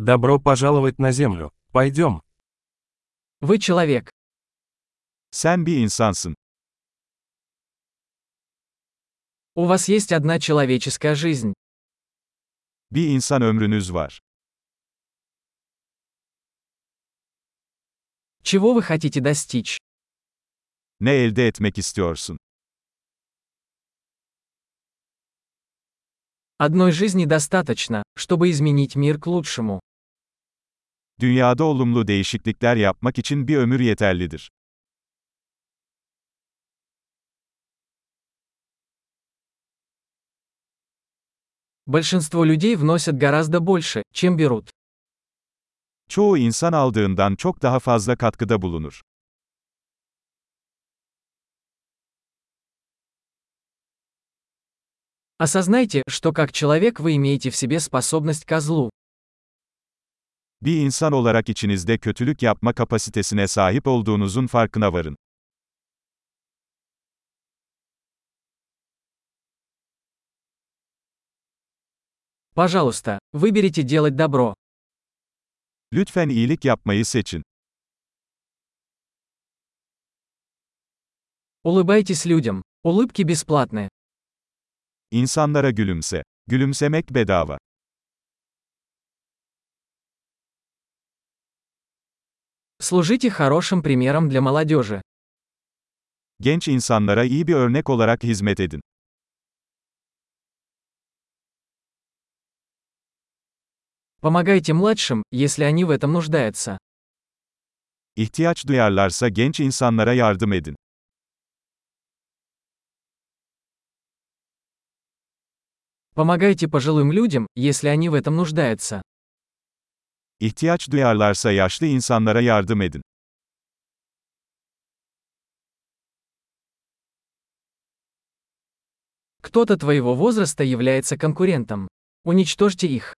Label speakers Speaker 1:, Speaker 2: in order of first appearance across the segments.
Speaker 1: Добро пожаловать на Землю. Пойдем.
Speaker 2: Вы человек.
Speaker 3: Sen bir insansın.
Speaker 2: У вас есть одна человеческая жизнь.
Speaker 3: Bir insan ömrünüz var.
Speaker 2: Чего вы хотите достичь?
Speaker 3: Ne elde etmek istiyorsun?
Speaker 2: Одной жизни достаточно, чтобы изменить мир к лучшему.
Speaker 3: Dünyada olumlu değişiklikler yapmak için bir ömür yeterlidir.
Speaker 2: Большинство людей вносят гораздо больше, чем берут.
Speaker 3: Çoğu insan aldığından çok daha fazla katkıda bulunur.
Speaker 2: Осознайте, что как человек вы имеете в себе способность ко злу.
Speaker 3: Bir insan olarak içinizde kötülük yapma kapasitesine sahip olduğunuzun farkına varın.
Speaker 2: Пожалуйста, выберите делать добро.
Speaker 3: Lütfen iyilik yapmayı seçin.
Speaker 2: Улыбайтесь людям. Улыбки бесплатны.
Speaker 3: İnsanlara gülümse. Gülümsemek bedava.
Speaker 2: Служите хорошим примером для молодежи.
Speaker 3: Genç insanlara iyi bir örnek olarak hizmet edin.
Speaker 2: Помогайте младшим, если они в этом нуждаются.
Speaker 3: İhtiyaç duyarlarsa genç insanlara yardım edin.
Speaker 2: Помогайте пожилым людям, если они в этом нуждаются.
Speaker 3: İhtiyaç duyarlarsa yaşlı insanlara yardım edin.
Speaker 2: Кто-то твоего возраста является конкурентом. Уничтожьте их.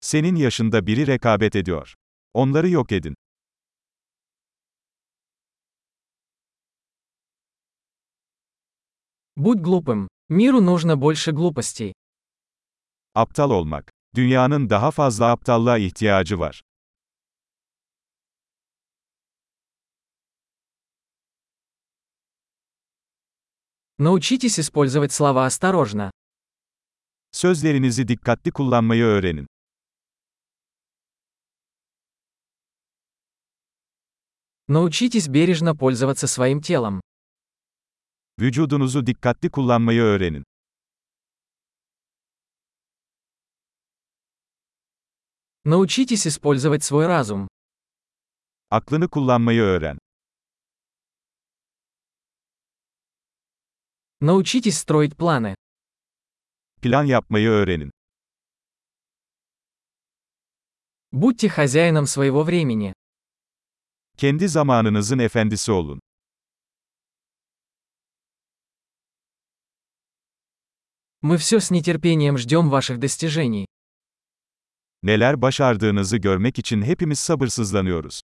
Speaker 3: Senin yaşında biri rekabet ediyor. Onları yok edin.
Speaker 2: Будь глупым. Миру нужно больше глупостей.
Speaker 3: Aptal olmak. Dünyanın daha fazla aptallığa ihtiyacı var.
Speaker 2: Научитесь использовать слова осторожно.
Speaker 3: Sözlerinizi dikkatli kullanmayı öğrenin.
Speaker 2: Научитесь бережно пользоваться своим телом.
Speaker 3: Vücudunuzu dikkatli kullanmayı öğrenin.
Speaker 2: Научитесь использовать свой разум.
Speaker 3: Aklını kullanmayı öğren.
Speaker 2: Научитесь строить планы.
Speaker 3: Plan yapmayı öğrenin.
Speaker 2: Будьте хозяином своего времени.
Speaker 3: Kendi zamanınızın efendisi olun.
Speaker 2: Мы все с нетерпением ждем ваших достижений.
Speaker 3: Neler başardığınızı görmek için hepimiz sabırsızlanıyoruz.